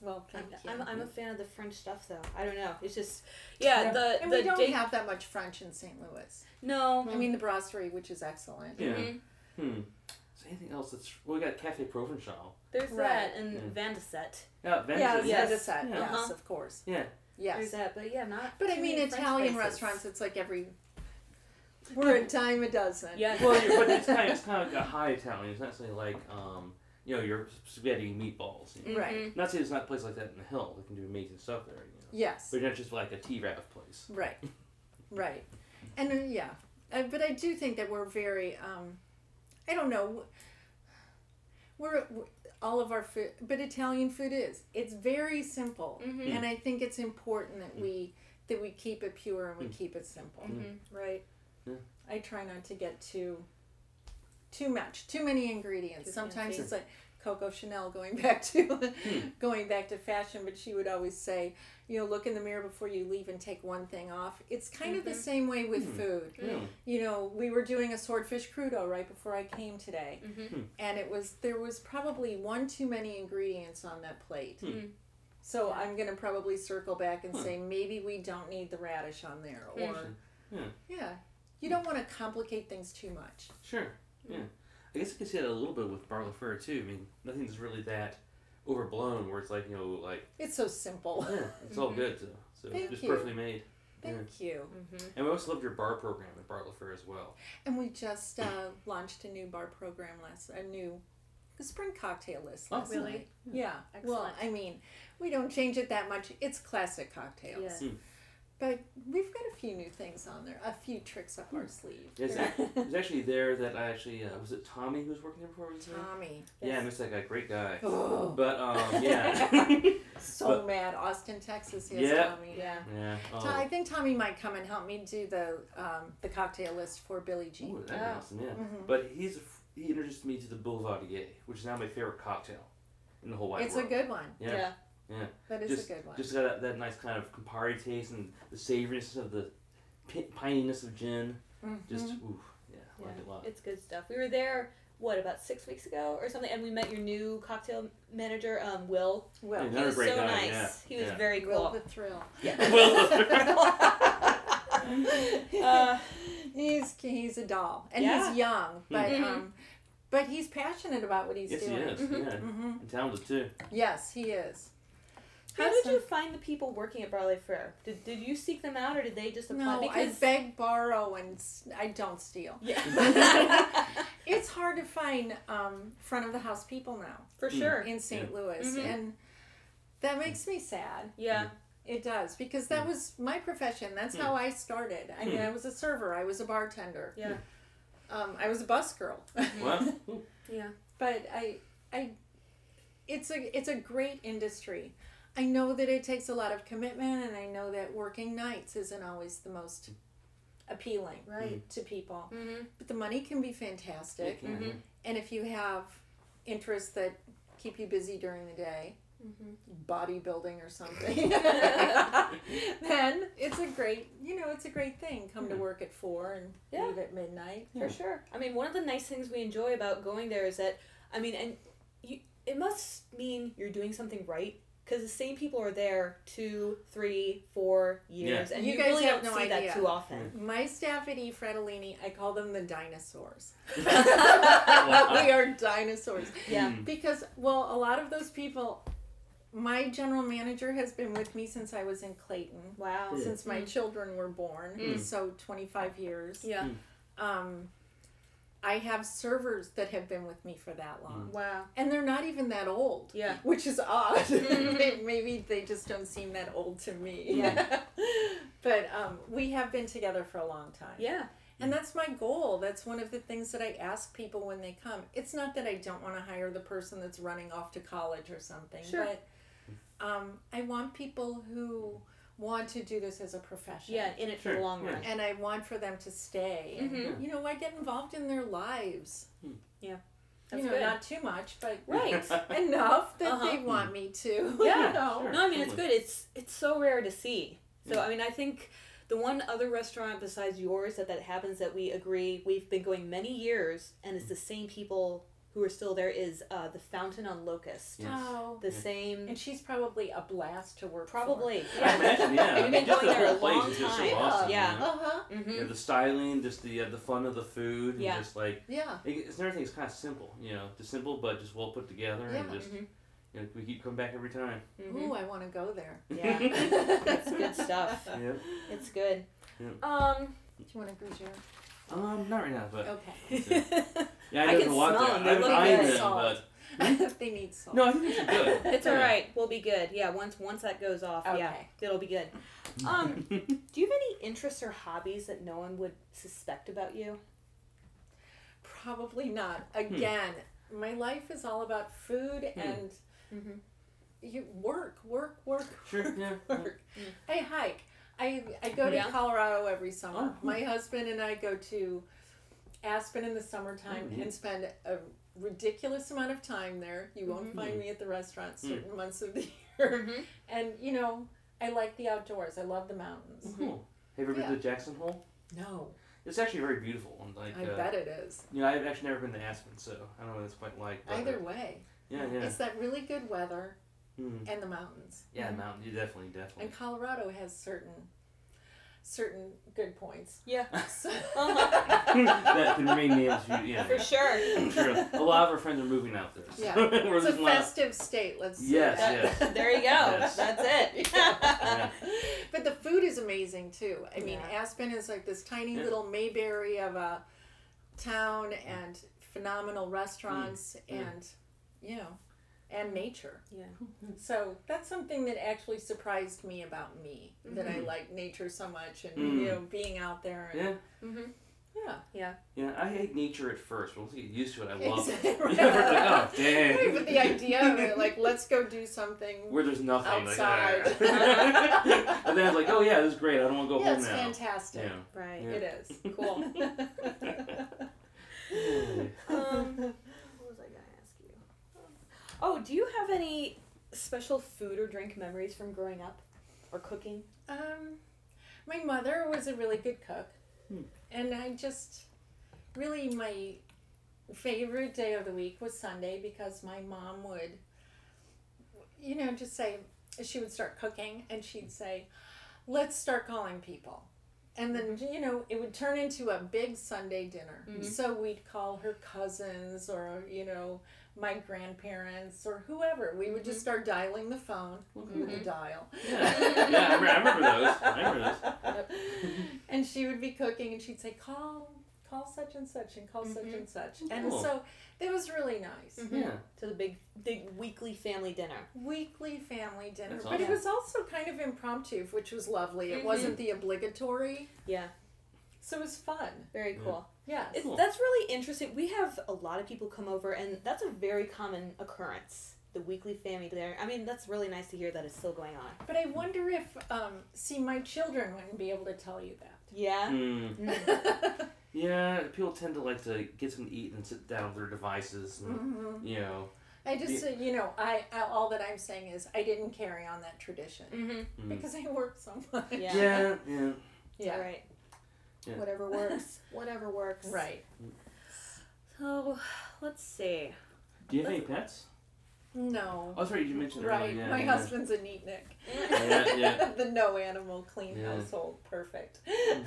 Well,
I'm,
thank you.
I'm, I'm a fan of the French stuff though. I don't know. It's just yeah,
Yeah.
the
and
the Mm-hmm.
we don't
day-
have Mm-hmm. that much French in St. Louis.
no.
I mean the brasserie, which is excellent.
Yeah.
Mhm.
Hmm. Is there anything else that's well? We got Cafe Provençal.
There's
Right.
that and
Yeah.
Van de Set.
Yeah, Venice.
Yeah,
is-
yeah.
yes,
Yes.
set.
Yeah.
yes,
Uh-huh.
of course.
Yeah.
There's
Yes,
that, but yeah, not.
but I
too
mean
many French
Italian
places.
restaurants. It's like every We're a dime a dozen.
Yes.
Well, yeah, but it's kind, of, it's kind of like a high Italian. It's not something like, um, you know, your spaghetti and meatballs. You know?
Right.
Mhm.
Not saying it's not a place like that in the hill. They can do amazing stuff there. You know?
Mm. Yes.
But you're not just like a T-Rav place.
Right. Right. And uh, yeah, uh, but I do think that we're very. Um, I don't know. We're, we're all of our food, but Italian food is. It's very simple,
Mm-hmm.
Mhm.
and I think it's important that we that we keep it pure and we keep it simple.
Mhm.
Mm-hmm.
Right.
Yeah.
I try not to get too too much, too many ingredients.
Too
Sometimes
fancy.
it's like Coco Chanel going back to going back to fashion, but she would always say, you know, look in the mirror before you leave and take one thing off. It's kind of the
Mm-hmm.
same way with
Mhm.
food.
Yeah.
You know, we were doing a swordfish crudo right before I came today,
Mhm.
Hmm.
and it was there was probably one too many ingredients on that plate.
Hmm.
So
Yeah.
I'm gonna probably circle back and
Huh.
say maybe we don't need the radish on there, or
Interesting. Yeah.
yeah, you don't want to complicate things too much.
Sure.
Mm.
Yeah. I guess I could see that a little bit with Barley Fur too. I mean, nothing's really that overblown where it's like, you know, like
It's so simple.
yeah, it's all good. So, so
Mm-hmm. Thank
just
you.
perfectly made.
Thank you.
Mm-hmm.
And we also loved your bar program at Bartlett Fair as well.
And we just uh, launched a new bar program last, a new spring cocktail list.
Oh,
Last
really?
night. Yeah. Well,
Excellent.
I mean, we don't change it that much. It's classic cocktails.
Yeah.
Mm.
But we've got a few new things on there, a few tricks up our sleeve.
It's, act- it was actually there that I actually uh, was it Tommy who was working there before? Was there?
Tommy.
Yeah, I miss that guy. Great guy.
Oh,
But um, yeah,
so
But-
mad. Austin, Texas. Yes,
Yeah.
Tommy.
Yeah.
yeah.
To-
Um,
I think Tommy might come and help me do the um, the cocktail list for Billy Jean.
ooh, that'd be
Oh.
awesome. Yeah.
Mhm.
But he's he introduced me to the Boulevardier, which is now my favorite cocktail in the whole wide
It's a
world.
good one.
Yeah.
That is
just,
a good one.
Just got that, that nice kind of Campari taste and the savoriness of the pi- pininess of gin.
Mm-hmm.
Just ooh, yeah, I like it a lot.
It's good stuff. We were there, what, about six weeks ago or something, and we met your new cocktail manager, um, Will.
well,
Another
he was
great
so
guy,
nice.
yeah,
He was
yeah.
very cool.
Will the thrill.
Uh,
he's he's a doll, and
Yeah.
he's young, but
Mhm.
um, but he's passionate about what he's
Hmm. yes, he
doing.
Mhm.
is. Yeah,
hmm
and talented too.
Yes, he is.
how did you find the people working at Barley Fair? Did, did you seek them out or did they just apply?
No, I
because
beg, borrow, and s- I don't steal.
yeah.
It's hard to find um, front of the house people now
For sure.
in St. Louis,
Mhm.
and that makes me sad.
Yeah.
It does because that was my profession. That's how I started. I mean, I was a server. I was a bartender.
Yeah. Mm-hmm.
Um, I was a bus girl.
Well, ooh,
Yeah.
but I, I, it's a it's a great industry. I know that it takes a lot of commitment, and I know that working nights isn't always the most appealing
Right.
to people.
Mm-hmm.
But the money can be fantastic,
yeah, yeah.
and if you have interests that keep you busy during the day,
Mm-hmm.
bodybuilding or something, then it's a great, you know, it's a great thing. Come to work at four and
Yeah.
leave at midnight.
For sure. I mean, one of the nice things we enjoy about going there is that, I mean, and you, it must mean you're doing something right because the same people are there two, three, four years, and
You
you,
guys
really
have
don't
no
see
idea.
that too often.
My staff at E. Fratellini, I call them the dinosaurs. we are dinosaurs.
Yeah.
Mm.
Because, well, a lot of those people, my general manager has been with me since I was in Clayton,
Wow.
since my children were born,
Mm.
so 25 years.
Yeah.
Um, I have servers that have been with me for that long.
Wow.
And they're not even that old.
Yeah.
Which is odd. May- Maybe they just don't seem that old to me.
Yeah.
but um, we have been together for a long time.
Yeah.
And that's my goal. That's one of the things that I ask people when they come. It's not that I don't want to hire the person that's running off to college or something,
Sure.
but um, I want people who want to do this as a profession.
Yeah. In it for the
Sure.
long run.
And I want for them to stay. And,
Mhm.
You know, I get involved in their lives.
That's
you know,
good.
not too much, but
right.
enough that they
Uh-huh.
want me to.
Yeah.
you know?
Sure.
No, I mean it's good. It's it's so rare to see. So I mean I think the one other restaurant besides yours that that happens that we agree we've been going many years and it's the same people who are still there is uh, the Fountain on Locust.
Yes.
Oh.
The
Yeah.
same
And she's probably a blast to work for.
probably.
I imagine, yeah.
We've been
just
going
the
there
whole
a
place
long
is just
time.
so awesome.
Yeah.
you know?
Uh-huh.
You know,
Mhm.
the styling, just the uh, the fun of the food, and
Yeah.
just like
Yeah.
it, it's everything is kind of simple, you know, just simple but just well put together, and
Yeah.
just
Mhm.
you know, we keep coming back every time.
Mhm.
Ooh, I want to go there.
Yeah.
It's
It's good stuff.
Yeah.
It's good.
Yeah.
Um
Do you want to gruyere?
Um, not right now, but
Okay.
I
yeah, I know there's
can
a lot
smell
there.
them. They
I've been
look
eyeing
good.
them, but
they need salt.
no, I think these are good.
It's
Yeah.
all right. We'll be good. Yeah, once once that goes off, yeah,
Okay.
it'll be good. Um, do you have any interests or hobbies that no one would suspect about you?
Probably not.
Hmm.
Again, my life is all about food and
Mhm.
you work, work, work,
Sure, yeah, yeah.
work. I hike. I I go to
Yeah.
Colorado every summer.
Oh, cool.
My husband and I go to Aspen in the summertime
Oh, neat.
and spend a ridiculous amount of time there. You won't
Mm-hmm. Hmm.
find me at the restaurant certain months of the year.
Mhm.
And you know, I like the outdoors. I love the mountains.
cool. Have you ever
Yeah.
been to Jackson Hole?
No,
It's actually very beautiful. And Mm. like,
I
uh,
bet it is.
you know, I've actually never been to Aspen, so I don't know what it's quite like. But,
Either way,
Yeah, yeah.
it's that really good weather
Mm.
and the mountains.
Yeah, mountain. You definitely, definitely.
And Colorado has certain certain good points.
Yeah, Uh-huh.
So,
that can remain names. You, yeah,
for sure.
for sure. A lot of our friends are moving out there. So
Yeah.
we're
it's a
losing a lot. of-
festive state. Let's say
Yes,
that.
yes.
There you go.
Yes.
That's it.
Yeah.
But the food is amazing too. I mean,
Yeah.
Aspen is like this tiny
Yeah.
little Mayberry of a town and phenomenal restaurants
Mm.
and, you know, and nature.
Yeah.
Mm-hmm.
So that's something that actually surprised me about me that I
Mm-hmm.
Mhm.
like nature so much and,
Mm.
you know, being out there. And,
Yeah,
Mhm.
yeah.
yeah. I hate nature at first, but once you get used to it, I love it.
Exactly.
Yeah, we're like, oh,
Right,
dang.
but the idea of it, like, let's go do something.
Where there's nothing. Like,
Outside.
and then it's like, oh yeah, this is great. I don't want to go
Yeah,
home
it's
now.
fantastic.
Right.
Yeah.
It is. Cool.
Yeah.
Um, what was I gonna ask you? Oh, do you have any special food or drink memories from growing up, or cooking?
Um, my mother was a really good cook,
Hmm.
and I just really my favorite day of the week was Sunday because my mom would, you know, just say she would start cooking and she'd say, "Let's start calling people." And then, you know, it would turn into a big Sunday dinner.
Mhm.
So we'd call her cousins or, you know, my grandparents or whoever. We would just start dialing the phone. with the dial.
Yeah, yeah I, remember, I remember those. I remember those.
and she would be cooking and she'd say call call such and such and call such and such and
Oh, Cool.
so that was really nice
Mhm.
Yeah.
So the big, big weekly family dinner.
weekly family dinner
That's
but it
awesome.
was also kind of impromptu which was lovely it wasn't the obligatory
Yeah.
so it was fun
Very
Yeah.
cool.
yes
It's,
Cool.
That's really interesting. We have a lot of people come over, and that's a very common occurrence. The weekly family dinner. I mean, that's really nice to hear that it's still going on.
but i wonder if um see my children wouldn't be able to tell you
Yeah.
Mm-hmm.
Mm.
that
Yeah, people tend to like to get something to eat and sit down with their devices. And,
Mhm.
You know,
i just uh, you know I, I all that i'm saying is i didn't carry on that tradition
Mm-hmm.
Mm.
because i worked so much
Yeah.
yeah, yeah.
All
yeah.
right.
Yeah.
Whatever works. Whatever works.
right
So, let's see.
Do you have any pets?
no
Oh, sorry, you mentioned it
Right.
earlier. Yeah,
My
yeah.
husband's a neat Nick.
Yeah, yeah.
the no animal clean
Yeah.
household. Perfect.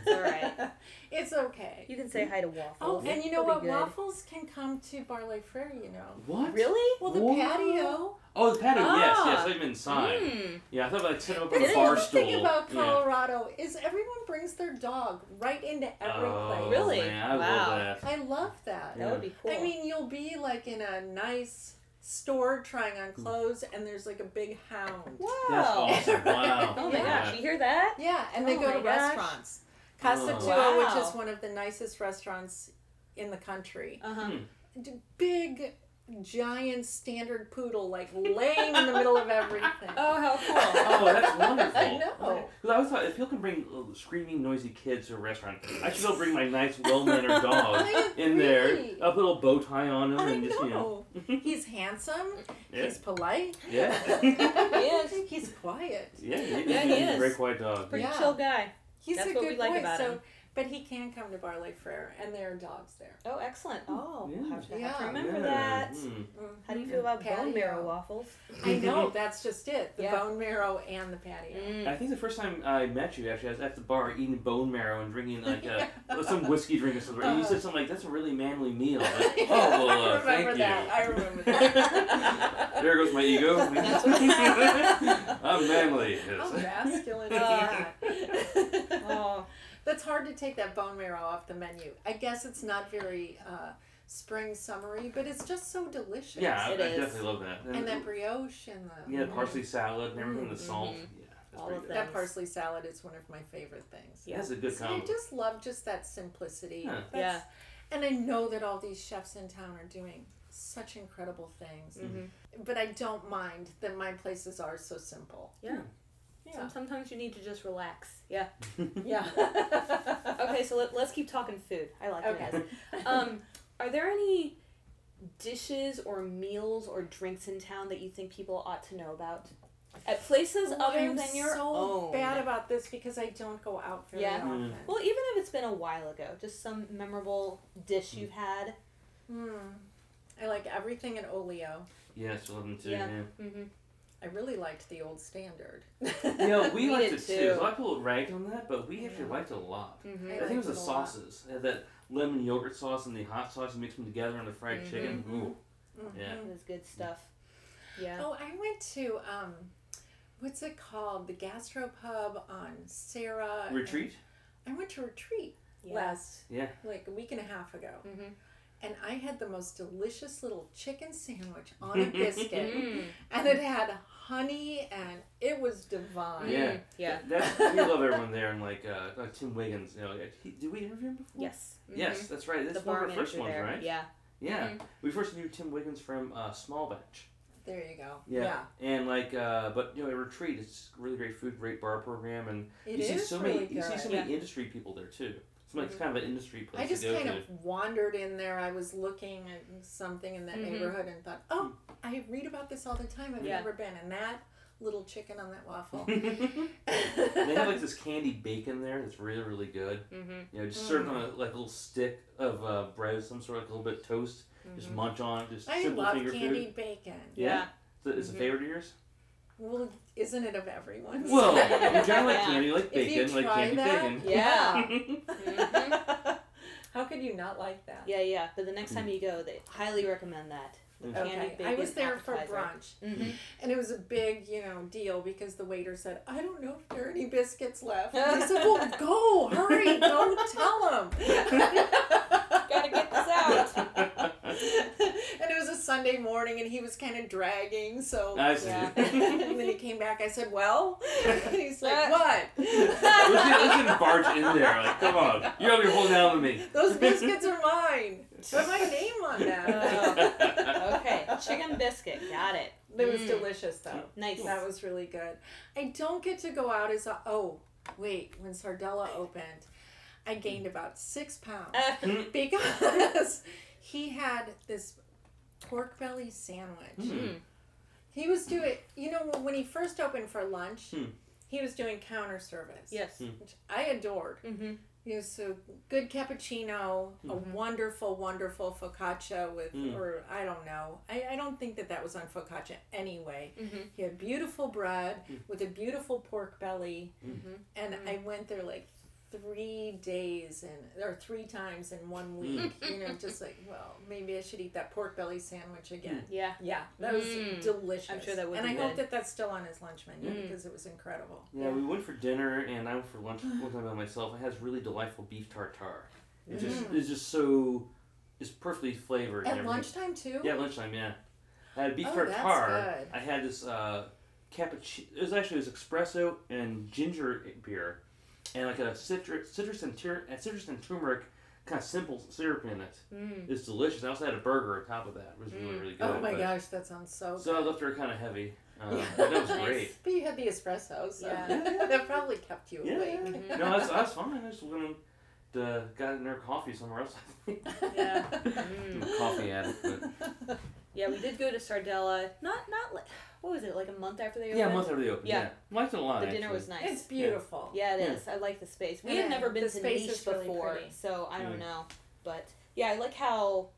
all right.
It's okay.
You can say hi to Waffles.
Oh, and you know
He'll be
what?
good.
Waffles can come to Barley Fair, you know.
What?
Really?
Well, the
What?
patio.
Oh, the patio. Yes,
Ah.
yes. I mean inside.
Mm.
Yeah, I thought about like, set up on
That's
a
the
bar
other
stool.
thing about
yeah.
Colorado is everyone brings their dog right into every
Oh,
place.
Really?
Man, I
Wow.
love that.
I love that.
That would be cool.
I mean, you'll be like in a nice store trying on clothes, and there's like a big hound.
wow.
That's awesome. Wow.
Oh my
Yeah.
gosh, you hear that?
Yeah, and they
Oh
go
my
to
gosh.
restaurants. Casa
Oh.
Tua, which is
Wow.
one of the nicest restaurants in the country.
Uh huh.
Hmm.
D- Big, giant standard poodle, like laying in the middle of everything.
Oh, how cool.
Oh, that's wonderful.
I know.
Because I always thought if people can bring uh, screaming, noisy kids to a restaurant, I should go bring my nice, well-mannered dog
I
in there,
agree.
Oh,
a little bow tie on him,
I
and just you know,
know. He's handsome.
yeah,
He's polite.
yeah,
is.
He's quiet.
yeah. He,
Yeah, he
he's a
is.
very quiet dog.
Pretty
Yeah.
chill guy.
He's
That's
a
what
good
we like
boy.
about
so,
him.
but he can come to Barley Fair, and there are dogs there.
Oh, excellent. Oh,
Yeah.
have to, have to
Yeah.
remember
Yeah,
that.
mm.
How do you feel about
Patio.
bone marrow waffles?
I know. That's just it. The
Yeah. Mm.
bone marrow and the patio.
I think the first time I met you, actually, I was at the bar eating bone marrow and drinking like uh, some whiskey drink or something. And you said something like, "That's a really manly meal." I'm Like, oh well,
I
uh, thank
remember
you.
that. I remember that.
There goes my ego.
That's
I'm manly. Yes.
How masculine is
Uh,
that?
Oh,
That's hard to take that bone marrow off the menu. I guess it's not very uh, spring summery, but it's just so delicious.
Yeah, I, I
It is.
definitely love that.
And that brioche and the
yeah, parsley salad and everything, the salt.
Mhm.
Yeah, that's
All
pretty
of
good.
that.
that parsley salad is one of my favorite things.
Yeah.
That's a good
So I
combo.
just love just that simplicity.
Yeah.
That's- And I know that all these chefs in town are doing such incredible things.
Mhm.
But I don't mind that my places are so simple.
Yeah.
Yeah.
Some- Sometimes you need to just relax. Yeah.
Yeah.
Okay, so let, let's keep talking food. I like
Okay.
you guys. Um, are there any dishes or meals or drinks in town that you think people ought to know about? At places
Ooh,
other
I'm
than your
so
own.
bad about this because I don't go out very
Yeah.
often.
Mm.
well, even if it's been a while ago, just some memorable dish
Mm-hmm.
you've had.
Mm. I like everything at Olio.
Yes, we love them too.
Yeah.
Yeah,
Mm-hmm.
I really liked the old standard.
yeah. we,
We
liked
did
it too.
too.
A lot of people ragged on that, but we actually liked it a lot.
Mm-hmm.
I
I think it was the
liked it a lot.
sauces. They had that lemon yogurt sauce and the hot sauce, you mix them together on the fried
Mm-hmm.
chicken. Ooh,
Mm-hmm.
Yeah.
It was good stuff. Yeah.
Oh, I went to um, what's it called? The gastropub on Sarah. and-
retreat.
I went to retreat
yeah.
last
Yeah.
like a week and a half ago,
Mhm.
and I had the most delicious little chicken sandwich on a biscuit,
Mm.
and it had honey, and it was divine.
Yeah.
Mm. Yeah.
That's, we love everyone there, and like uh, like Tim Wiggins. You know, like, he, did we interview him before?
Yes.
Yes, that's right.
Mhm.
That's
The
one
bar
of our first
manager
ones,
there.
right?
Yeah. Mm-hmm.
Yeah. We first knew Tim Wiggins from uh, Small Batch.
There you go.
Yeah. And like, uh, but you know, a retreat is really great food, great bar program, and
It
you
is
see so
really
many
good. Mm-hmm.
you see so many industry people there too. It's like it's kind of an industry place.
I just
to go
kind
to.
of wandered in there. I was looking at something in that
Mhm.
neighborhood and thought, oh, I read about this all the time. I've
Yeah.
never been. And that little chicken on that waffle.
they have like this candy bacon there that's really really good.
Mm-hmm.
You know, just served
Mm.
on a like a little stick of uh, bread, of some sort, like a little bit of toast.
Mm-hmm.
Just munch on, just
Mm-hmm. I
simple
love
finger
candy Mm-hmm.
food.
bacon.
Yeah,
Yeah.
So it's a favorite of yours.
Well, isn't it of everyone's?
Well, you generally like
Yeah.
candy, you like
if
bacon,
you
like
try
candy
that,
bacon.
Yeah.
How could you not like that?
Yeah, yeah. But the
Mm.
next time you go, they highly recommend that. The
Yeah.
candy
Okay. I was there for brunch,
Mm-hmm.
and it was a big, you know, deal because the waiter said, "I don't know if there are any biscuits left." And I said, "Well, go, hurry, don't tell them."
Gotta get this out.
and it was a Sunday morning, and he was kind of dragging. So,
I see.
Yeah.
and then he came back. I said, "Well," and he's
Uh,
like, "What?
we should, we should barge in there. Like, come on, you're over here holding out on me.
Those biscuits are mine. Put my name on them."
okay, chicken biscuit. Got it.
It was
Mm.
delicious, though.
Nice.
That was really good. I don't get to go out as a. Oh, wait. When Sardella opened, I gained about six pounds
Uh,
because he had this pork belly sandwich.
Mm.
He was doing, you know, when he first opened for lunch,
Hmm.
he was doing counter service,
yes.
which I adored.
Mm-hmm.
He was a good cappuccino, a wonderful, wonderful focaccia with,
Mm-hmm. Mm.
or I don't know. I, I don't think that that was on focaccia anyway.
Mhm.
He had beautiful bread
Mm.
with a beautiful pork belly.
Mhm.
And I went there like three days and or three times in one
Mm.
week. You know, just like, well, maybe I should eat that pork belly
Mm.
sandwich again.
Yeah.
Yeah, that was
Mm.
delicious.
I'm sure that would
And
be
I hope
good.
that that's still on his lunch menu
Mm.
because it was incredible.
Yeah, we went for dinner and I went for lunch one time by myself. It has really delightful beef tartare. It's just it's just so it's perfectly flavored.
Mm. At
and everything.
lunchtime too.
Yeah, at lunchtime. Yeah, I had beef
Oh, that's
tartare.
good.
I had this uh, cappuccino. It was actually it was espresso and ginger beer, and like a citrus citrus and tur- and citrus and turmeric kind of simple syrup in it.
Mm.
It's delicious. I also had a burger on top of that. It was really really good.
Oh my
but-
gosh, that sounds so.
So I left her kind of heavy. Um, but That was
Nice.
great.
But you had the espresso, so
Yeah.
that probably kept you
Yeah.
awake.
No, that's that's fine. I just went and uh, got in their coffee somewhere else.
Hmm. Yeah.
I'm
Mm.
a coffee addict, but
Yeah. We did go to Sardella. Not not like what was it like a month after they opened.
yeah, a month after they opened. Yeah,
Yeah.
liked it a lot.
The dinner
actually. Hmm.
was nice.
It's beautiful.
Yeah, it
Yeah.
is. I like the space. We
Yeah,
had never been
the
to
space
Niche
is really
before,
pretty.
so I don't
Mm.
know. But yeah, I like how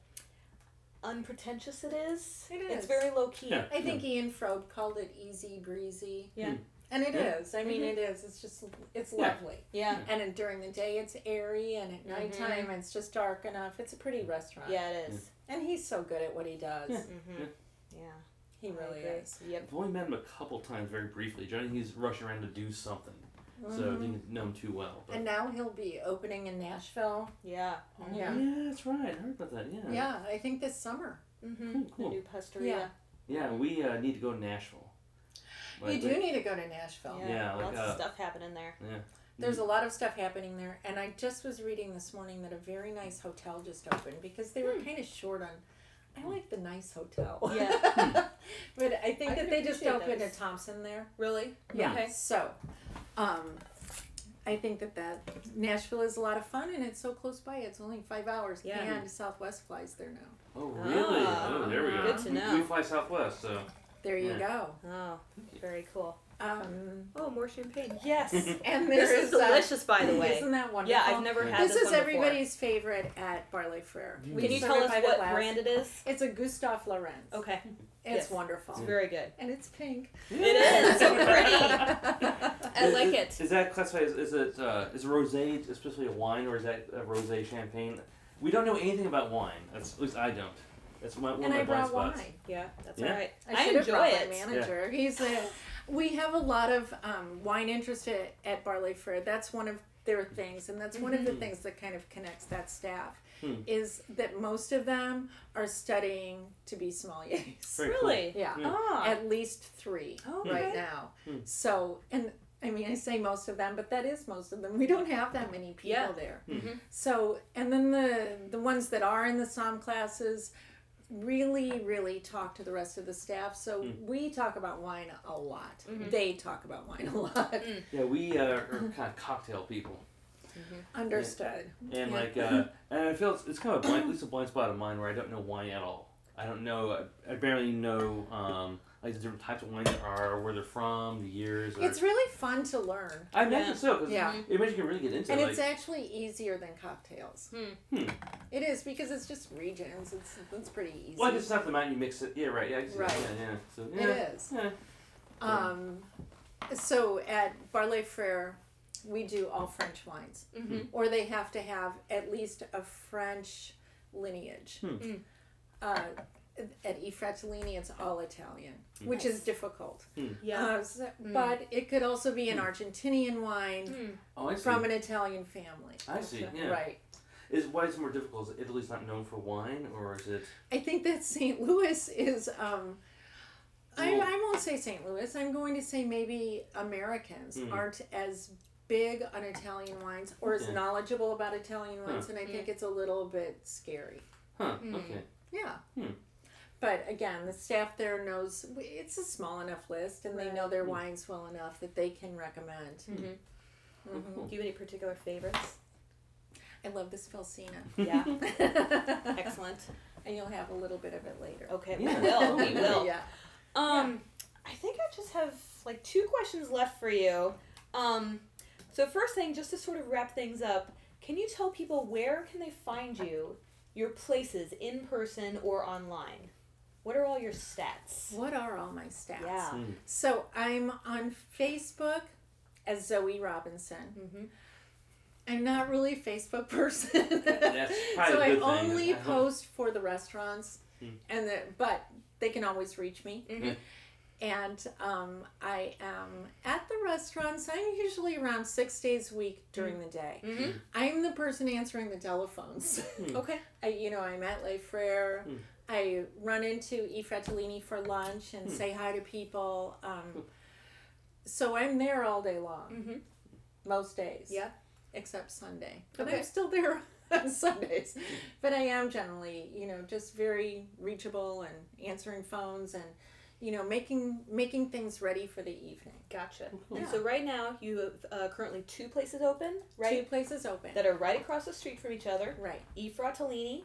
unpretentious it is.
It
It's
is.
very low key.
Yeah. Hmm.
I think Ian Frobe called it easy breezy.
Yeah.
And it is.
Yeah.
I mean,
Mhm.
it is. It's just, it's
Yeah.
lovely.
Yeah.
And it, during the day, it's airy, and at nighttime, it's just dark enough. It's a pretty restaurant.
Mm-hmm. Yeah, it is.
And he's so good at what he does.
Yeah.
Mm-hmm. Yeah.
He
I
really
agree.
is.
Yep.
I've only met him a couple times, very briefly. Johnny, he's rushing around to do something. so didn't know him too well. But,
Mm-hmm. And now he'll be opening in Nashville.
Yeah. Mm-hmm.
Oh,
yeah.
that's right. I heard about that. Yeah.
Yeah, I think this summer.
Mm-hmm.
Cool, cool.
The new pesteria.
Yeah.
Yeah, we uh, need to go to Nashville.
you
Like,
do
like-
need to go to Nashville.
Yeah,
Yeah, like,
lots
uh,
of stuff happening there.
There's
Mm.
a lot of stuff happening there, and I just was reading this morning that a very nice hotel just opened because they were
Hmm.
kind of short on. I like the nice hotel.
Yeah.
but I think
I
that
can
they just
appreciate
opened
those.
a Thompson there.
Really?
Yeah.
Okay.
So, um, I think that that Nashville is a lot of fun, and it's so close by. It's only five hours.
Yeah.
And Southwest flies there now.
Oh really?
Ah,
oh, there we go.
good to
We-
know.
We, fly Southwest, so
There you
Yeah.
go.
Oh, very cool.
Um,
Oh, more champagne. Yes.
and
this
there
is
uh,
delicious, by the way.
Isn't that wonderful?
Yeah, I've never had
This,
this.
is
one before.
everybody's favorite at Barley Frere. We
Can you
serve
tell
it
us
by the
what
glass.
brand it is?
It's a Gustave Lorenz.
Okay,
It's
Yes.
wonderful.
it's very good.
And it's pink.
It is so pretty. I
Is-
like
is-
it.
Is that classified? As, is it uh, is rosé especially a wine or is that a rosé champagne? We don't know anything about wine. That's, at least I don't. That's my, one
and
of my
I
blind
brought
spots.
wine.
Yeah, that's
Yeah.
all right.
I,
I,
should have
enjoy
brought my
it.
manager. He's a, we have a lot of um, wine interest at, at Barley Fair. That's one of their things, and that's one of the
Mm-hmm.
Mhm.
things that kind of connects that staff
Hmm.
is that most of them are studying to be sommeliers.
Very cool.
Really?
Yeah,
Hmm.
Ah.
at least three
Oh,
right
okay.
now.
Hmm.
So, and I mean, I say most of them, but that is most of them. We don't have that many people
Yeah.
there.
Mhm.
So, and then the the ones that are in the SOM classes really, really talk to the rest of the staff. So
Hmm.
we talk about wine a lot.
Mhm.
They talk about wine a lot.
Yeah, we uh, are kind of cocktail people.
Understood.
And
Yeah.
like, uh, and I feel it's, it's kind of a blind, at least a blind spot of mine where I don't know wine at all. I don't know. I, I barely know um, like the different types of wine there are, where they're from, the years. Or,
It's really fun to learn.
I
Yeah.
imagine so. 'cause
Yeah.
it makes you can really get into.
And
it,
it's
like,
actually easier than cocktails.
Hmm.
Hmm.
It is because it's just regions. It's, it's pretty easy.
well, I guess it's not the amount you mix it. Yeah, right. Yeah, I guess-
Right.
Yeah, yeah. So yeah,
It is.
yeah.
Um, so at Barley Frere, we do all French wines,
Mhm.
or they have to have at least a French lineage.
Hmm.
Mm.
Uh, at E Fratellini, it's all Italian,
Hmm.
which is difficult.
Yeah.
Uh, so- But it could also be an
Hmm.
Argentinian wine
Mm.
Oh, I see.
from an Italian family.
I see. Yeah.
Right.
Is why it's more difficult? Is Italy's not known for wine, or is it?
I think that St. Louis is. Um, I,
Mm.
I won't say St. Louis. I'm going to say maybe Americans
Mm.
aren't as big on Italian wines or as
Okay.
knowledgeable about Italian wines, and I think it's a little bit scary.
Huh. Okay.
Yeah.
Hmm.
But again, the staff there knows it's a small enough list, and they know their
Hmm.
wines well enough that they can recommend.
Mhm.
Mhm.
Do you have any particular favorites?
I love this Felsina.
Yeah.
and
Excellent.
you'll have a little bit of it later.
Okay,
Yeah.
we will. We will.
yeah.
Um, I think I just have like two questions left for you. Um, so first thing, just to sort of wrap things up, can you tell people where can they find you, your places in person or online? What are all your stats?
What are all my stats?
Yeah.
Hmm.
So I'm on Facebook as Zoe Robinson.
Mm-hmm.
I'm not really a Facebook person.
That's probably
so
a
I
good thing.
only
I hope-
post for the restaurants
Hmm.
and the, but they can always reach me.
Mhm.
And um, I am at the restaurants. I'm usually around six days a week during the day.
Mm-hmm.
I'm the person answering the telephones.
Okay.
I, you know, I'm at Le Frere.
Mm.
I run into E. Fratellini for lunch and say hi to people. Um, so I'm there all day long,
Mm-hmm.
most days.
Yeah.
Except Sunday. But
Okay.
I'm still there on Sundays. But I am generally, you know, just very reachable and answering phones and, you know, making making things ready for the evening.
Gotcha.
cool.
And so right now you have uh, currently two places open,
Two
right?
places open.
That are right across the street from each other.
right.
E Fratellini,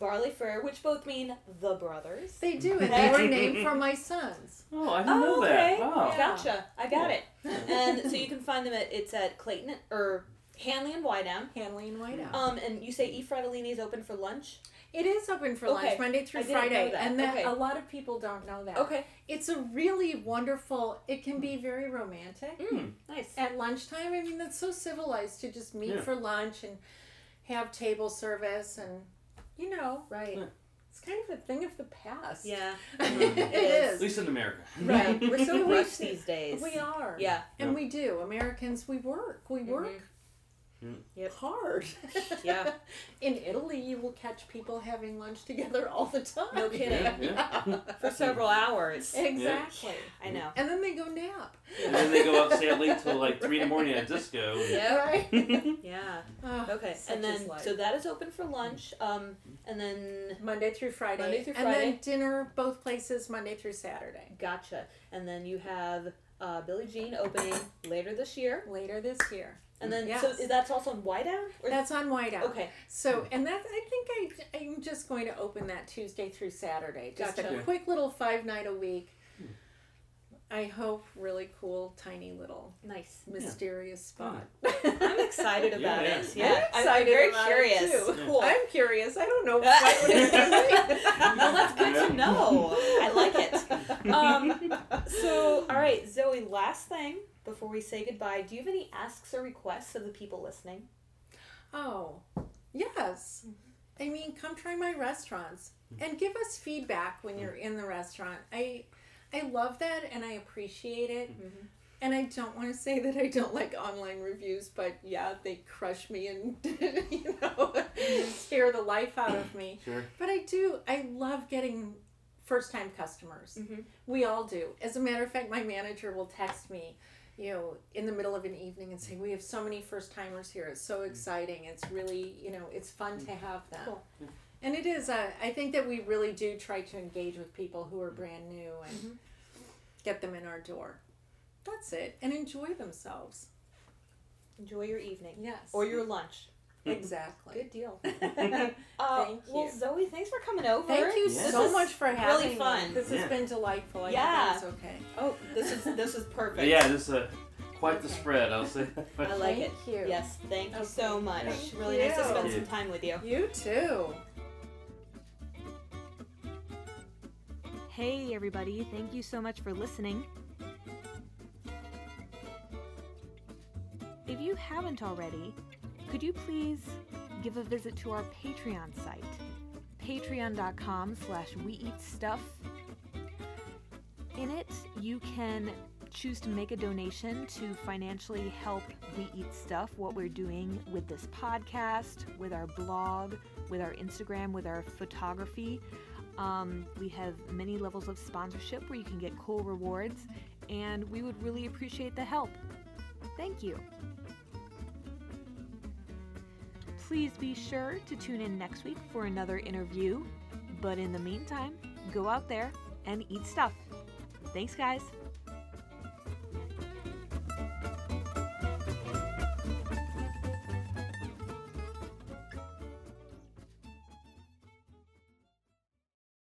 Barley Fur, which both mean the brothers.
They do, and they were named for my sons.
Oh, I didn't know
okay.
that. Wow.
Yeah.
Gotcha. I got
Cool.
it. And so you can find them at it's at Clayton or Hanley and Wydown.
Hanley and Whiteout.
Um, and you say E Fratellini is open for lunch.
It is open for
Okay.
lunch Monday
I
through
didn't know
Friday,
that.
and that
Okay.
a lot of people don't know that.
Okay.
it's a really wonderful. It can be very romantic
Mm, nice.
at lunchtime. I mean, that's so civilized to just meet
Yeah.
for lunch and have table service, and you know,
Right.
Yeah.
it's It's kind of a thing of the past.
Yeah. Mm-hmm.
it
At
is.
least in America.
Right. We're so
We-
rushed these days.
We are.
Yeah.
And we do. Americans, we work. We
Mm-hmm.
work
Mm.
Yep.
hard.
Yeah.
In Italy, you will catch people having lunch together all the time.
No kidding.
Yeah, yeah.
For several hours.
Exactly.
I know.
And then they go nap.
and then they go out sadly till like three in the morning at a disco.
Yep.
Right?
Yeah.
Ah,
Okay.
such
And
is
then
life.
so that is open for lunch. Um and then
Monday through Friday.
Monday through
And
Friday.
then dinner both places Monday through Saturday.
gotcha. And then you have uh, Billie Jean opening later this year.
Later this year.
And then so
Yes.
is that's also in Whiteout? Or
That's on Whiteout.
okay.
So, and that I think I I'm just going to open that Tuesday through Saturday, just
Gotcha.
a
Yeah.
quick little five night a week. I hope really cool, tiny little
Nice.
mysterious
Yeah.
spot.
I'm excited
Yeah,
about
yeah.
it.
Yeah.
Yeah.
I'm
I'm, I'm very
excited about it,
curious.
too.
Cool.
I'm curious. I don't know quite what it's gonna be.
well, that's good to know. I like it. Um, so, all right, Zoe, last thing before we say goodbye, do you have any asks or requests of the people listening?
Oh, yes. I mean, come try my restaurants and give us feedback when you're in the restaurant. I I love that and I appreciate it.
Mhm.
And I don't want to say that I don't like online reviews, but yeah, they crush me and you know scare the life out of me.
Sure.
But I do. I love getting first time customers.
Mhm.
We all do. As a matter of fact, my manager will text me, you know, in the middle of an evening and say, We have so many first timers here. It's
Mm.
so exciting. It's really, you know, it's fun to have them.
Cool.
And it is. Uh, I think that we really do try to engage with people who
Mm.
are brand new and
Mm-hmm.
get them in our door. That's it. And enjoy themselves.
Enjoy your evening
Yes.
or your lunch.
exactly.
Good deal. Uh,
Thank
Well,
you.
Zoe, thanks for coming over.
Thank you
Yes.
so
This is
much for having
really
me.
fun.
This
Yeah.
has been delightful. I
Yeah.
hope it's okay.
Oh, this is this is
But
perfect.
yeah, this is uh, quite the
Okay.
spread, I'll say. that much.
I like
Thank
it.
you.
Yes, thank you so
Okay.
much.
Thank
really nice to
you.
spend some time with you.
You too.
Hey, everybody, thank you so much for listening. If you haven't already, could you please give a visit to our Patreon site, patreon.com slash we eat stuff. In it, you can choose to make a donation to financially help We Eat Stuff, what we're doing with this podcast, with our blog, with our Instagram, with our photography. Um, we have many levels of sponsorship where you can get cool rewards, and we would really appreciate the help. Thank you. Please be sure to tune in next week for another interview. But in the meantime, go out there and eat stuff. Thanks, guys.